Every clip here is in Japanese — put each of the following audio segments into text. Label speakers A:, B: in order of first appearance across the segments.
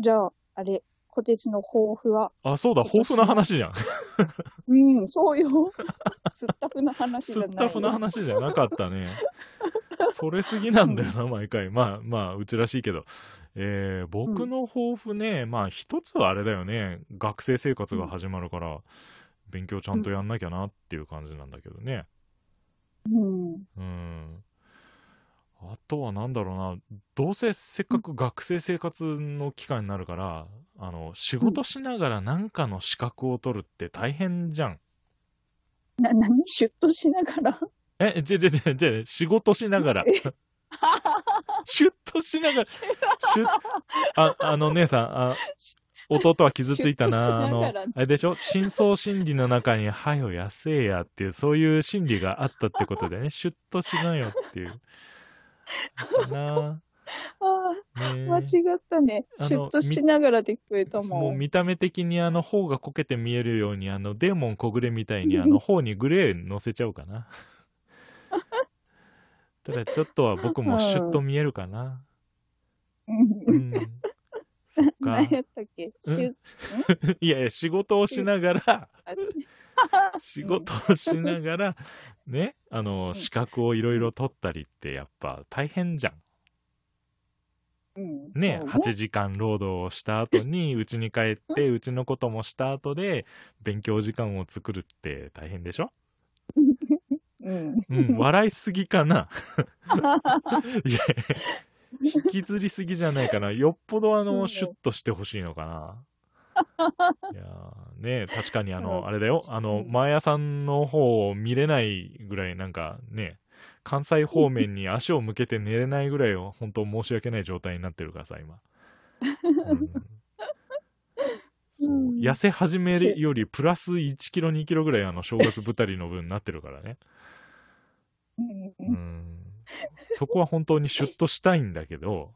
A: じゃあ、あれ、虎鉄の抱負は。
B: あ、そうだ、豊富な話じゃん。
A: うん、そうよ。 すったふな話じ
B: す
A: ゃ
B: っ
A: ない
B: た
A: よ。
B: ふな話じゃなかったね。それすぎなんだよな、毎回。まあまあ、うちらしいけど。えー僕の抱負ね、まあ一つはあれだよね、学生生活が始まるから、勉強ちゃんとやんなきゃなっていう感じなんだけどね。
A: うん。
B: うん。あとはなんだろうな、どうせせっかく学生生活の期間になるから、あの、仕事しながら何かの資格を取るって大変じゃん。
A: な、何シュッとしながら。
B: え、違う違う違う違う、仕事しながら。 シュッとしながら。シュッあ、あの姉さん、あ、弟は傷ついた
A: シュッと
B: な、あ
A: しな
B: の
A: がら、
B: あれでしょ深層心理の中に、はよ、やせえやっていう、そういう心理があったってことでね、シュッとしなよって いう。な
A: あ
B: あ、ね
A: あ、
B: え
A: 間違ったね。
B: あの
A: シュッとしながらで聞こえた
B: も
A: も。
B: うん見た目的にあの、頬がこけて見えるように、あの、デーモン小暮みたいに、あの、頬にグレー乗せちゃうかな。ただ、ちょっとは僕もシュッと見えるかな。
A: うん
B: うん。そっか
A: 何。やったっけシュッ、
B: いやいや、仕事をしながら、
A: あし
B: 仕事をしながら、ね、あ
A: う
B: の、
A: ん
B: 資格をいろいろ取ったりって、やっぱ大変じゃん。
A: うん
B: ね、
A: そう
B: 8時間労働をした後に、うちに帰って、うちのこともした後で、勉強時間を作るって大変でしょ
A: うん。
B: うん、笑いすぎかないや、引きずりすぎじゃないか な。よっぽどあ
A: う
B: の、
A: ん
B: シュッとしてほしい のかな。いやーね確かにあ
A: う
B: の、
A: ん
B: あれだよ。あの、
A: うん
B: マーヤさんの方を見れないぐらい、なんかね、関西方面に足を向けて寝れないぐらいを、本当申し訳ない状態になってるからさ、今。うんそう
A: うん
B: 痩せ始め るよりプラス1キロ2キロぐらいあの正月太りの分になってるからね。
A: うん
B: うーんそこは本当にシュッとしたいんだけど、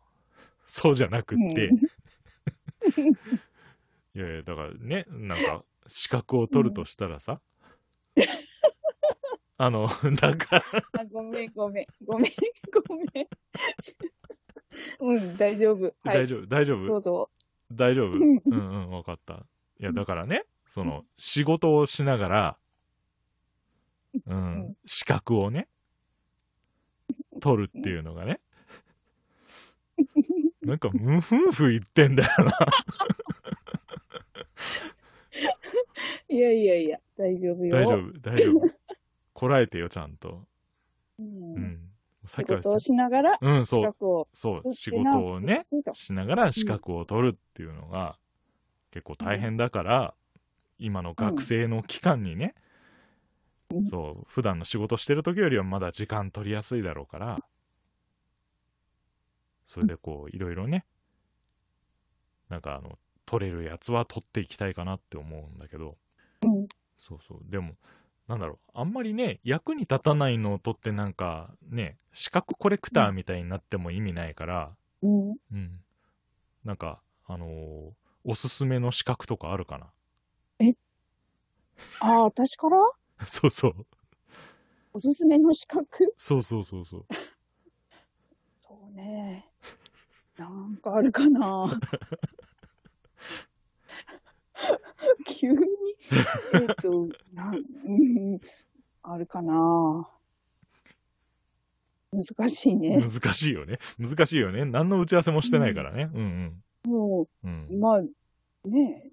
B: そうじゃなくって、いやいや、だからね、なんか、資格を取るとしたらさ、あの、だから、
A: あ、ごめん、ごめん、ごめん、ごめん。 うん、大丈夫。は
B: 大
A: い、
B: 丈夫、大丈
A: ど
B: 夫、
A: うぞ。
B: 大丈夫、うん
A: ん
B: うん、わかった。いや、だからね、その、仕事をしながら、
A: う
B: う
A: んん、
B: 資格をね、取るっていうの がね、なんか、ムフンフ言ってんだよな。
A: いやいやいや、大丈夫よ。
B: 大丈夫、大丈 夫。こらえてよ、ちゃんと。
A: う。
B: うんん。さ
A: 仕
B: っきから
A: 事をしながら、
B: うん、
A: 資
B: そう、
A: 格を
B: そう、
A: 取っ
B: 仕
A: てな
B: 事をね、
A: そうだ
B: しながら資格を取るっていうのが、結構大変だから、今の学生の期間にね、
A: うん
B: そう、普段の仕事してる時よりはまだ時間取りやすいだろうから、それでこう、いろいろね、なんかあの、取れるやつは取っていきたいかなって思うんだけど、
A: うん
B: そうそう。でも、なんだろう。あんまりね、役に立たないのを取ってなんか、ね、資格コレクターみたいになっても意味ないから、
A: うん。
B: うん。なんか、あのーおすすめの資格とかあるかな
A: ああ、私から
B: そうそう。
A: おすすめの資格
B: そうそうそうそう。
A: そう ね。なんかあるか な急に、えっと、なん、うん、あるかな難しいね。
B: 難しいよね。難しいよね。何の打ち合わせもしてないからね。うん
A: も
B: うん。うん
A: う、。まあ、ねえ、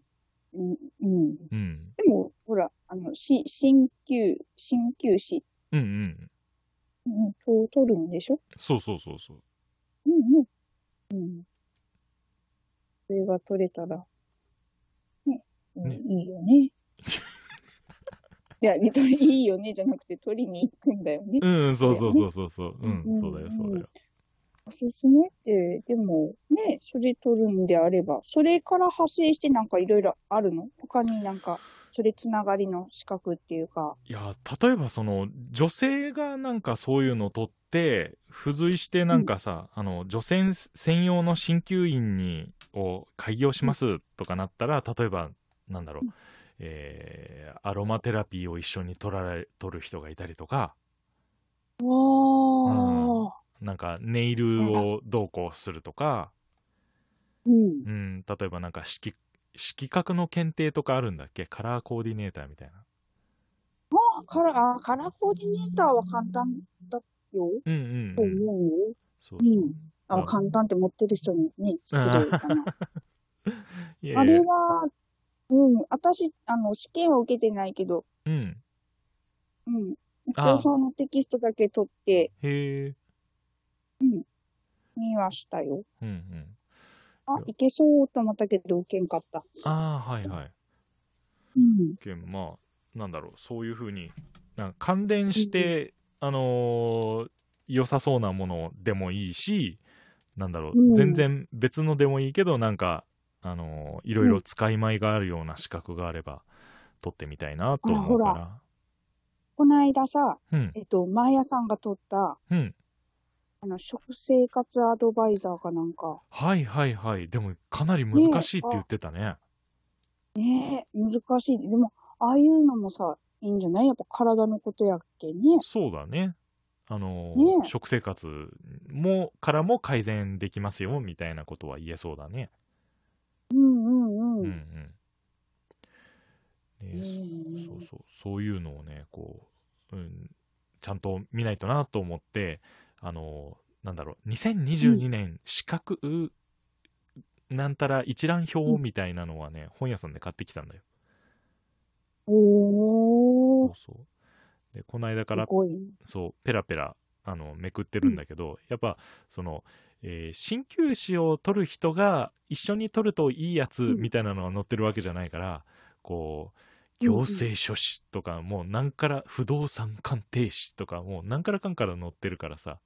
A: うん、うん。で
B: うん。
A: も、ほら、あの、し、鍼灸、鍼灸師、
B: うんうん。
A: うん、と、取るんでしょ
B: そうそうそうそう。
A: うんうん。うん。それが取れたら、ね、うん
B: ね
A: いいよね。いや、いといいよねじゃなくて、取りに行くんだよね。
B: うん、そうそうそうそうそう。うん、
A: うん
B: そうだよ、そうだよ。
A: おすすめって、でも、ね、それ取るんであれば、それから派生してなんかいろいろあるの他になんか、それつながりの資格っていうか。
B: いや、例えばその、女性がなんかそういうのを取って、付随してなんかさ、あの、女性専用の鍼灸院に、を開業しますとかなったら、例えば、なんだろう
A: うん、
B: えー、アロマテラピーを一緒に取られ、取る人がいたりとか、
A: わー。
B: なんかネイルをどうこうするとか、
A: ううん。
B: うん、例えばなんか色、色覚の検定とかあるんだっけカラーコーディネーターみたいな。
A: あカラー、あカラーコーディネーターは簡単だよ。
B: うんう
A: と
B: ん、うん。
A: 思うよ。
B: そう
A: う。ん。
B: う
A: あ、
B: ん
A: 簡単って持ってる人にね、失礼か な。
B: いやいや
A: あれは、うん、私、あの、試験は受けてないけど、
B: うん。
A: うん。
B: あ
A: 松尾さんのテキストだけ取って
B: へえ。
A: 見はしたよ。
B: うんうん。
A: あ、いけそうと思ったけど、受けんかった。
B: ああ、はいはい。
A: うん。
B: けんまあ、なんだろう、そういうふうに、なんか関連して、あのー良さそうなものでもいいし、なんだろう、
A: うん
B: 全然別のでもいいけど、なんか、あのーいろいろ使い舞いがあるような資格があれば、取ってみたいなと思う
A: あ
B: か
A: この間さ、
B: ら。うん、
A: えっと、マーヤさんが取った、
B: うん。
A: あの、食生活アドバイザーかなんか、
B: はいはいはい。でも、かなり難しいって言ってたね。
A: ねえ、難しい。でも、ああいうのもさ、いいんじゃないやっぱ体のことやっけね。
B: そうだね。あのー
A: ねえ
B: 食生活も、からも改善できますよ、みたいなことは言えそうだね。
A: うんうんう
B: うん
A: ん。
B: うん。ね
A: ねえ
B: そそうそう、そういうのをね、こう、うん、ちゃんと見ないとなと思って、あの、なんだろう、2022年資格、なんたら一覧表みたいなのはね、本屋さんで買ってきたんだよ。
A: お
B: そ
A: ー、
B: うそう。で、この間
A: す
B: から、
A: ごいね。
B: そう、ペラペラ、あの、めくってるんだけど、やっぱ、その、えー鍼灸師を取る人が一緒に取るといいやつ
A: うん
B: みたいなのが載ってるわけじゃないから、こう、
A: うんうん
B: 行政書士とか、もう何から不動産鑑定士とか、もう何からかんから載ってるからさ、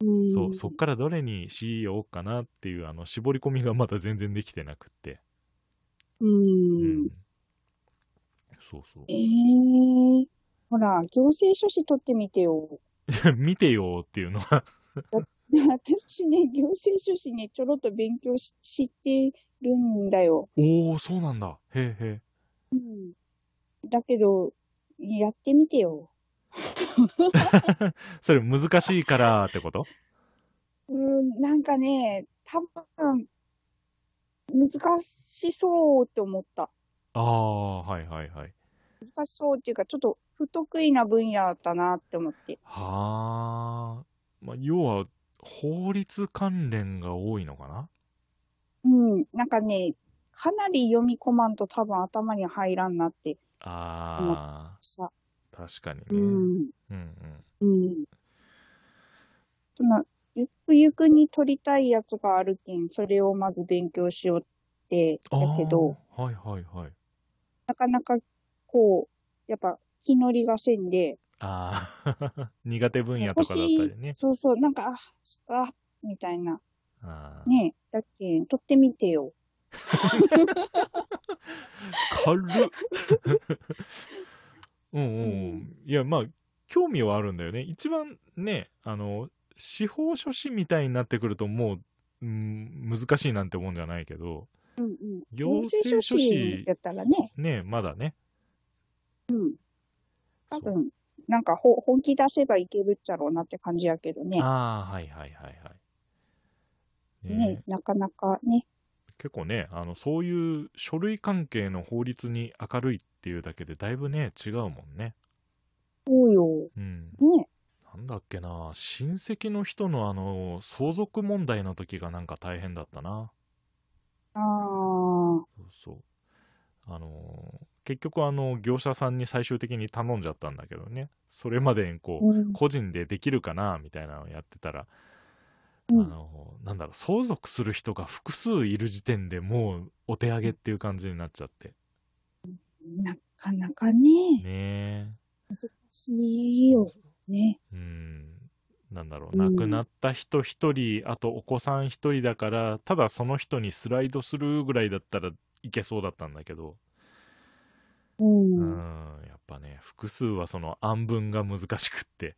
A: うん
B: そう、そっからどれにしようかなっていう、あの、絞り込みがまだ全然できてなくって。
A: う。
B: うんそうそう
A: え。ー。ほら、行政書士取ってみてよ。
B: 見てよーっていうのは、
A: 私ね、行政書士ね、ちょろっと勉強ししてるんだよ。
B: おー、そうなんだ。へえへえ。
A: うん。だけど、やってみてよ。
B: それ難しいからってこと
A: うん、なんかね、多分、難しそうって思った。
B: ああ、はいはいはい。
A: 難しそうっていうか、ちょっと不得意な分野だなって思って。
B: はあ。まあ、要は、法律関連が多いのかな
A: うん、なんかね、かなり読み込まんと多分頭に入らんなって
B: あ
A: さ。
B: あ、確かにね。
A: う
B: うん
A: ん、
B: うん。
A: うん。その、ゆくゆくに取りたいやつがあるけん、それをまず勉強しようって、
B: あ
A: だ
B: あ
A: けど、、
B: はいはいはい。
A: なかなかこう、やっぱ、気乗りがせんで、
B: ああ、苦手分野と
A: 欲
B: かだった
A: しい
B: りね。
A: そうそう、なんか、あ、あ、みたいな。
B: ああ
A: ねだっけん、取ってみてよ。
B: 軽っうんうん、う、
A: うん
B: いやまあ興味はあるんだよね一番ねあの司法書士みたいになってくるともう、うん、難しいなんてもんじゃないけど
A: うんうん。
B: 行政書士
A: やったらね、
B: ねまだね
A: うん。
B: そ
A: 多
B: う
A: 分、なんかほ本気出せばいけるっちゃろうなって感じやけどね。
B: ああはいはいはいはい、ね
A: ね、なかなかね。
B: 結構ねあのそういう書類関係の法律に明るいっていうだけでだいぶね違うもんね
A: そうよ。
B: うん
A: ね。
B: なんだっけな、親戚の人のあの、相続問題の時がなんか大変だったな。
A: ああ、
B: そうそう。あの、結局あの、業者さんに最終的に頼んじゃったんだけどね。それまでにこう、
A: うん。
B: 個人でできるかな、みたいなのをやってたら、
A: うん
B: あの、なんだろう、相続する人が複数いる時点でもう、お手上げっていう感じになっちゃって。
A: なかなかね、
B: ねえ。
A: 難しいよ。ね。
B: うんなんだろう、
A: う
B: 亡
A: ん
B: くなった人一人、あとお子さん一人だから、ただその人にスライドするぐらいだったらいけそうだったんだけど、
A: う。
B: うんん、やっぱね、複数はその暗分が難しくって、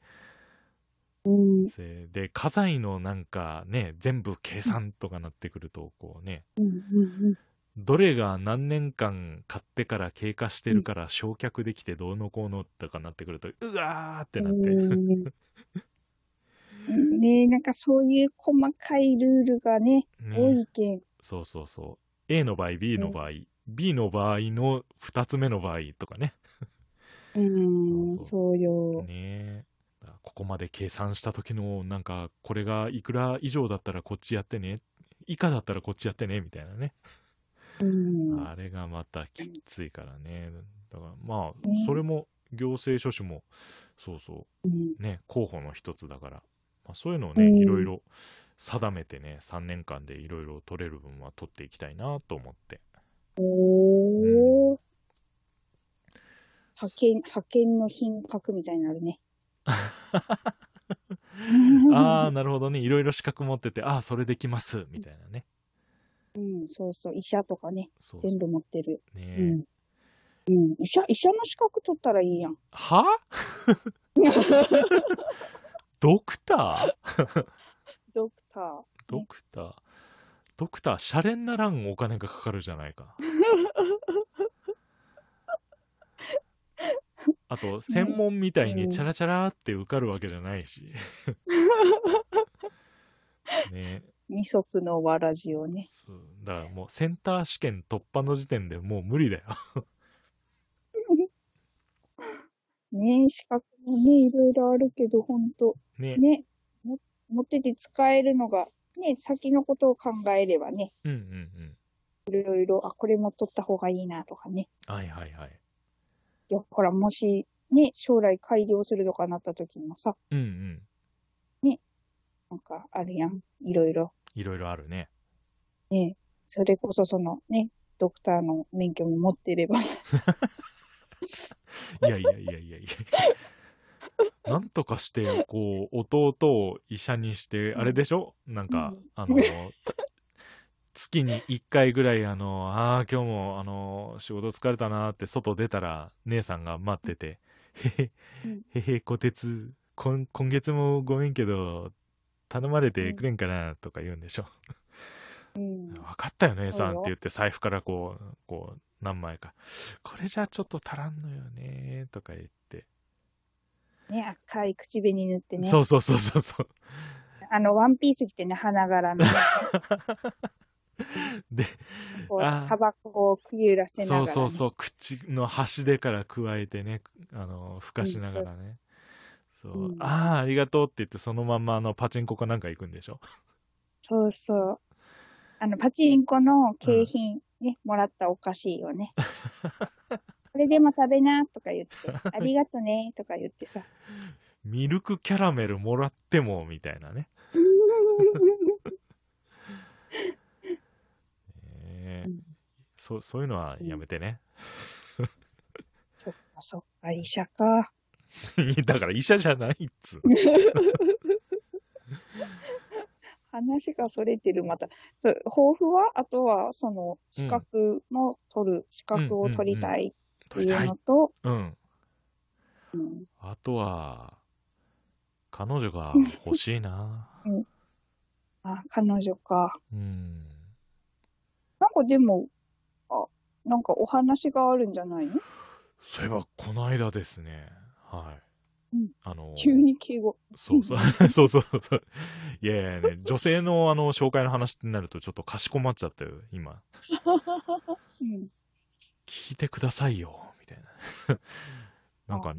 A: うん。
B: せで、家財のなんかね、全部計算とかなってくると、こうね、
A: うん。うん。
B: どれが何年間買ってから経過してるから焼却できてどうのこうのとかなってくると、うわーってなって、
A: うんうんねなんかそういう細かいルールがね、多
B: ね
A: いけん。
B: そうそうそう。A の場合、B の場合、B の場合の2つ目の場合とかね。
A: うーん、
B: そう
A: そうよ。
B: ねえ。だからここまで計算した時の、なんか、これがいくら以上だったらこっちやってね、以下だったらこっちやってね、みたいなね。
A: うん。
B: あれがまたきついからね。だからまあ
A: ね、
B: それも行政書士も、そうそ
A: うん
B: う、ね、候補の一つだから、まあ、そういうのをね、
A: うん
B: いろいろ定めてね、3年間でいろいろ取れる分は取っていきたいなと思って。
A: おー。派遣、派遣の品格みたいになるね。
B: ああ、なるほどね。いろいろ資格持ってて、ああ、それできます、みたいなね。
A: うん、そうそう。医者とかね、
B: そう
A: 全部持ってる。
B: ね、
A: うん。うん、医者、医者の資格取ったらいいやん。
B: は ドクター
A: ドクター。
B: ドクタードクター、シャレにならんお金がかかるじゃないか。あと、専門みたいにチャラチャラって受かるわけじゃないし。ね
A: 二足のわらじをね。
B: そうだからもうセンター試験突破の時点でもう無理だよ。
A: ねえ、資格もね、いろいろあるけど、ほんと。
B: ね。
A: ね。も持ってて使えるのが、ね、先のことを考えればね、
B: うんうんうん。
A: いろいろ、あ、これも取った方がいいなとかね。
B: はいはいはい。
A: いや、ほら、もし、ね、将来改良するとかなった時もさ、
B: うんうん。
A: なんかあるやん。いろいろ。
B: いろいろあるね。
A: ね。それこそそのね、ドクターの免許も持ってれば。
B: いやいやいやいやいや。なんとかして、こう、弟を医者にして、あれでしょなんか
A: うん、
B: あの、た月に1回ぐらい、あの、ああ、今日も、あの、仕事疲れたなーって外出たら、姉さんが待ってて、へ
A: うん
B: へ、へへ、こてつ、今今月もごめんけど、頼まれてくれんかなとか言うんでしょ
A: うん。
B: 分かったよ姉さんっ
A: そう
B: て
A: よ
B: 言って財布からこうこう何枚かこれじゃちょっと足らんのよねとか言って、
A: ね、赤い口紅塗ってね。
B: そうそうそうそうそう
A: あの、ワンピース着てね、花柄の、
B: で
A: こう
B: あー、
A: タバコをくゆらせながら、
B: そう
A: ね。
B: そうそう口の端でから加えてねあのふかしながら
A: うんそうそ
B: ね、そう
A: うん
B: ああありがとうって言ってそのまんまあのパチンコかなんか行くんでしょ
A: そうそう。あの、パチンコの景品、ね、もらったお菓子をね。これでも食べな、とか言って、ありがとね、とか言ってさ。
B: ミルクキャラメルもらってもみたいなねえー
A: うん
B: そうそういうのはやめてね、
A: そっかそっか、医者か。
B: だから医者じゃないっつう
A: 話がそれてる、また。そう、抱負はあとは、その、資格も取る、資格を取りたいって
B: 取り
A: い
B: た
A: う
B: い
A: のと、
B: うん
A: うん
B: あとは、彼女が欲しいな。
A: あ、彼女か。
B: うん。
A: なんかでも、あ、なんかお話があるんじゃないの
B: そういえば、この間ですね。はい。
A: うん
B: あの、
A: 急に敬語。
B: そうそう、 そうそうそう。いやいやね、女性のあの、紹介の話になるとちょっとかしこまっちゃったよ、今。
A: うん。
B: 聞いてくださいよ、みたいな。 なんか、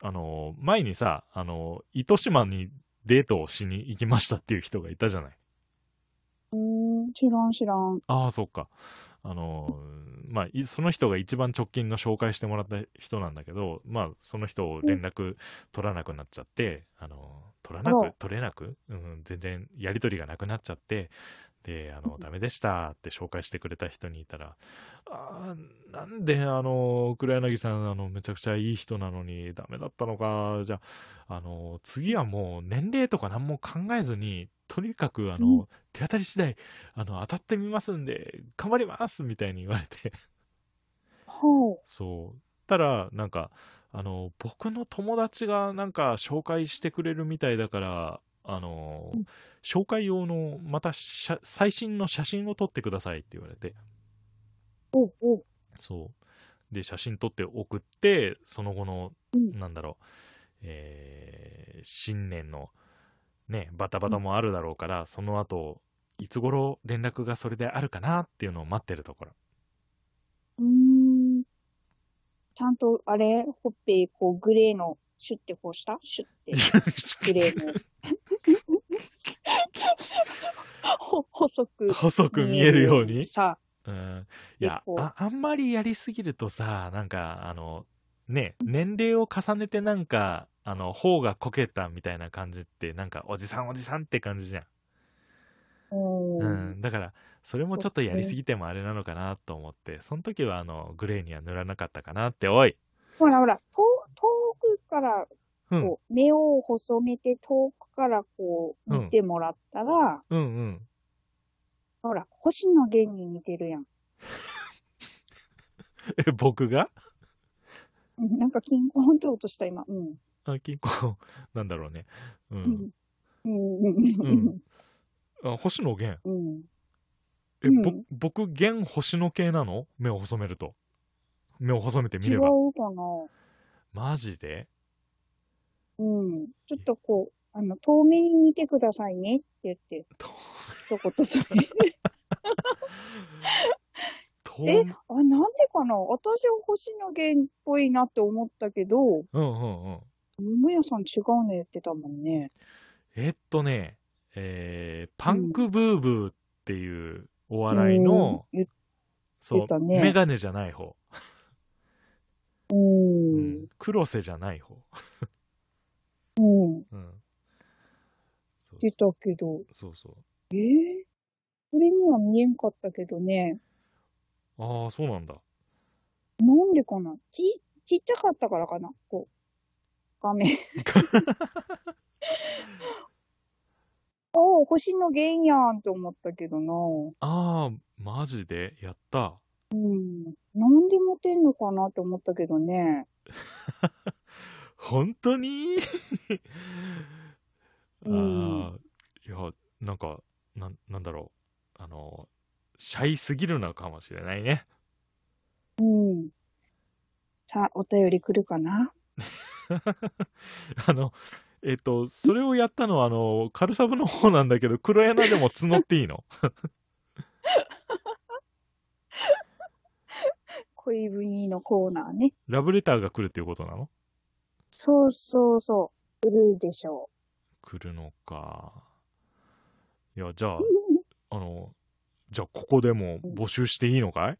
B: あの、前にさ、あの、糸島にデートをしに行きましたっていう人がいたじゃない。
A: うーん、知らん知らん。
B: ああ、そっか。あのーまあ、いその人が一番直近の紹介してもらった人なんだけど、まあ、その人を連絡取らなくなっちゃって、あのー取ら
A: あ
B: な
A: ら
B: く、取れなく、うん、全然やりとりがなくなっちゃって、で、あの、ダメでしたって紹介してくれた人にいたら、ああ、なんで、あのー、黒柳さん、あの、めちゃくちゃいい人なのにダメだったのか、じゃあ、あのー、次はもう年齢とか何も考えずに、とにかく、あのー
A: う
B: 手当たり次第、あの、当たってみますんで、頑張りますみたいに言われて。
A: は
B: そう。たら、なんか、あの、僕の友達がなんか紹介してくれるみたいだから、あの
A: うん、
B: 紹介用の、また写最新の写真を撮ってくださいって言われて。
A: おうおう。
B: そう。で、写真撮って送って、その後の、
A: うん
B: なんだろう、えー新年の、ね、バタバタもあるだろうから、その後、いつ頃連絡がそれであるかなっていうのを待ってるところ。
A: うーん。ちゃんと、あれ、ほっぺ、こう、グレーの、シュッてこうしたシュッて、グレーの。ほ、細く。
B: 細く見えるように。
A: さ
B: うん。いや
A: 結、構
B: あ、あんまりやりすぎるとさ、なんか、あの、ね、年齢を重ねてなんか、あの、頬がこけたみたいな感じって、なんか、おじさんおじさんって感じじゃん。
A: あ、う。
B: うんん。だから、それもちょっとやりすぎてもあれなのかなと思って、その時は、あの、グレーには塗らなかったかなって、おい
A: ほらほら、遠、遠くから、
B: うん
A: こう、目を細めて遠くからこう、見てもらったら、
B: うんうん。
A: ほら、星野源に似てるやん。
B: え、僕が
A: うんなんか、キンコーンって音した、今。うん。
B: あ結構、なんだろうね。う。
A: うんん。うん。うん。
B: あ星野源。
A: うん。
B: え、
A: うん
B: ぼ僕、源星野系なの目を細めると。目を細めてみ
A: 違
B: れば。
A: うかな。
B: マジで
A: うん。ちょっとこう、あの、透明に見てくださいねって言って、
B: と
A: 一言それ。
B: と
A: えあ、なんでかな私は星野源っぽいなって思ったけど、
B: うんうんうん。
A: 桃屋さん違うの言ってたもんね。
B: えっとね、えーパンクブーブーっていうお笑いの、
A: うん言っ
B: そう
A: 言った、ね
B: メガネじゃない方、
A: う。
B: うん黒瀬じゃない方。
A: うん。
B: うん。そう
A: 出たけど、
B: そうそう。
A: えー、これには見えんかったけどね。
B: ああ、そうなんだ。
A: なんでかなち、ちっちゃかったからかなこう、画 面。おー星野源やんと思ったけどな。
B: ああ、マジでやった。
A: うん。なんでモテんのかなって思ったけどね。
B: 本当にあ
A: うん
B: あ、いや、なんか、なんなんだろう。あの、シャイすぎるのかもしれないね。
A: うん。さあ、お便り来るかな
B: あの、えっと、それをやったのは、あの、カルサブの方なんだけど、黒柳でも募っていいの
A: 恋文のコーナーね。
B: ラブレターが来るっていうことなの
A: そうそうそう。来るでしょ
B: 来るのか。いや、じゃ あ
A: う。、
B: あの、じゃあ、ここでも募集していいのかい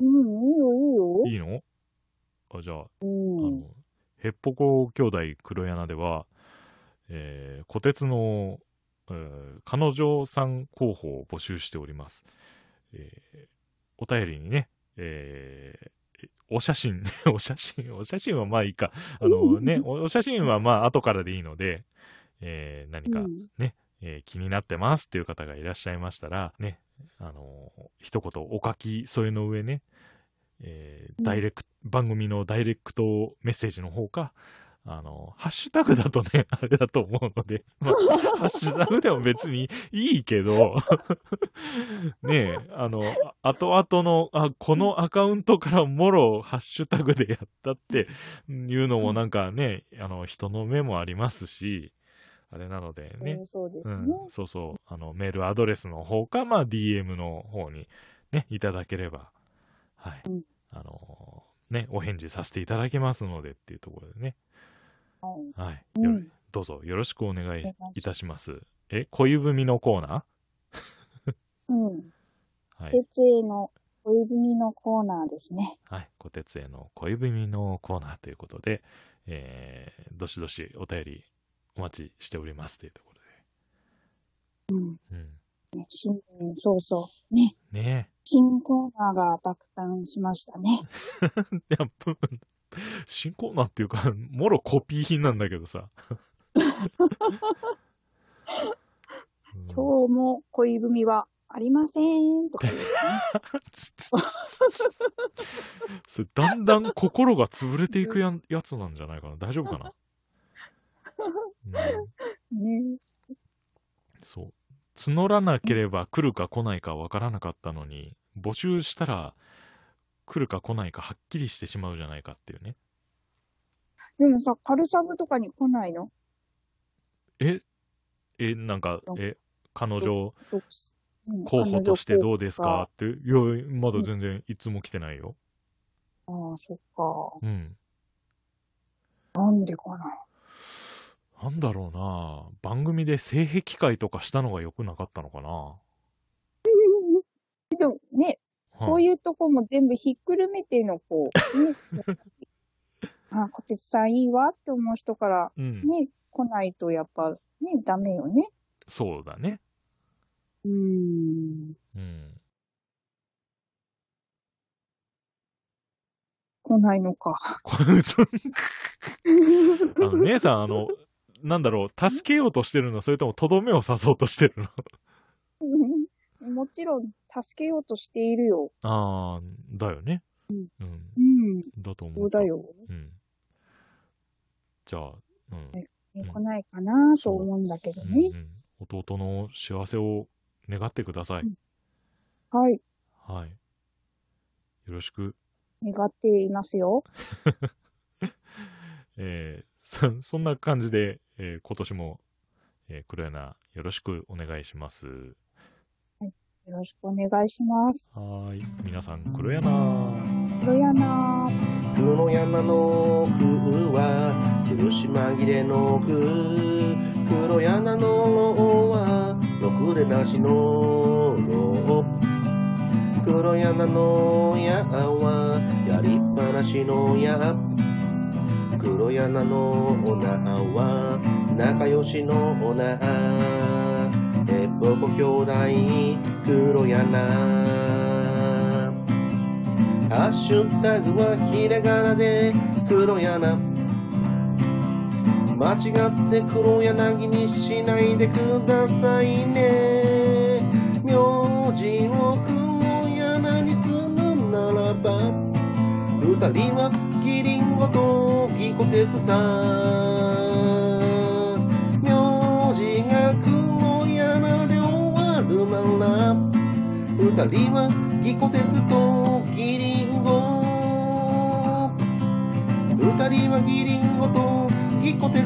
A: うん、いいよ、いいよ。
B: いいのあ、じゃあ、
A: う
B: あ
A: ん。
B: の、ヘッポコ兄弟黒柳では、えー、小鉄の、えー彼女さん候補を募集しております。えーお便りにね、えーお写真、 お写真、お写真はまあいいか。あのね、おお写真はまあ後からでいいので、えー何
A: う
B: か、
A: ん、
B: えー気になってますっていう方がいらっしゃいましたら、ね、あのー一言お書き添えの上ね、えー
A: うん
B: ダイレクト、番組のダイレクトメッセージの方か、あのーハッシュタグだとね、 あれだと思うので、まあハッシュタグでも別にいいけど、 ねえ、あの、あ後々の、あ、このアカウントからもろハッシュタグでやったっていうのもなんかね、あの、人の目もありますし、あれなのでね、
A: そうそうで
B: う
A: すね。
B: ん、そうそう。あの、メールアドレスの方か、まあ、DM の方にね、いただければ、はい。
A: うん
B: あのーね、お返事させていただきますのでっていうところでね。
A: はい。
B: はい。
A: う
B: よ
A: ん。
B: どうぞよろしくお願
A: お願
B: い
A: いします
B: いたします。え、恋文のコーナ
A: うん。
B: ーはい。
A: 鉄への恋文のコーナーですね。
B: はい。小鉄への恋文のコーナーということで、えー、どしどしお便りお待ちしておりますというところ
A: うん。
B: で。うん。
A: ね、新年早々。ね。
B: ねえ。
A: 新コーナーが爆誕しましたね。
B: いや、ぶ新コーナーっていうか、もろコピー品なんだけどさ。うん
A: 今日も恋文はありません。とか言う、ね。
B: つつつつつそれだんだん心が潰れていくやんやつなんじゃないかな。大丈夫かな、うん
A: ね。
B: そう。募らなければ来るか来ないかわからなかったのに、募集したら来るか来ないかはっきりしてしまうじゃないかっていうね。
A: でもさ、カルサブとかに来ないの
B: え、え、なんか、え、彼女
A: 独身うん
B: 候補としてどうです
A: 彼女
B: かって、いや、まだ全然いつも来てないよ。
A: ああ、そっ
B: うん。
A: か。なんでかな。
B: なんだろうな番組で性癖会とかしたのが良くなかったのかな
A: でもね、そういうとこも全部ひっくるめての、こう、ね、 あ、小鉄さんいいわって思う人から、
B: う。うん。
A: ね、来ないとやっぱ、ね、ダメよね。
B: そうだね。
A: うーん。
B: うん。
A: 来ないのか。
B: これ、そんあの、姉さん、あの、なんだろう、助けようとしてるの、それともとどめを刺そうとしてるの
A: もちろん、助けようとしているよ。
B: ああ、だよね。
A: う
B: うんん。
A: うん、
B: だと思。
A: そううだ。よ。
B: うん。じゃあ、うん。
A: ね
B: うん
A: 来ないかなと思うんだけどね
B: う。んうん、弟の幸せを願ってください。
A: うんはい。
B: はい。よろしく。
A: 願っていますよ。
B: えー そそんな感じで、えー今年も、えー、黒柳よろしくお願いします。
A: よろしくお願いします。
B: はーい。皆さん、黒柳。
A: 黒柳。
C: 黒山の空は苦し紛れの空黒柳の王はろくれなしの牢黒柳の矢はやりっぱなしの矢黒柳の女は仲良しの女えっぽこ兄弟黒柳ハッシュタグはひらがなで黒柳間違って黒柳にしないでくださいね名字を黒柳にするならば二人はキリンゴとギコテツさん名字が黒柳で終わるなら二人はギコ鉄とギリンゴ二人はギリンゴとギコ鉄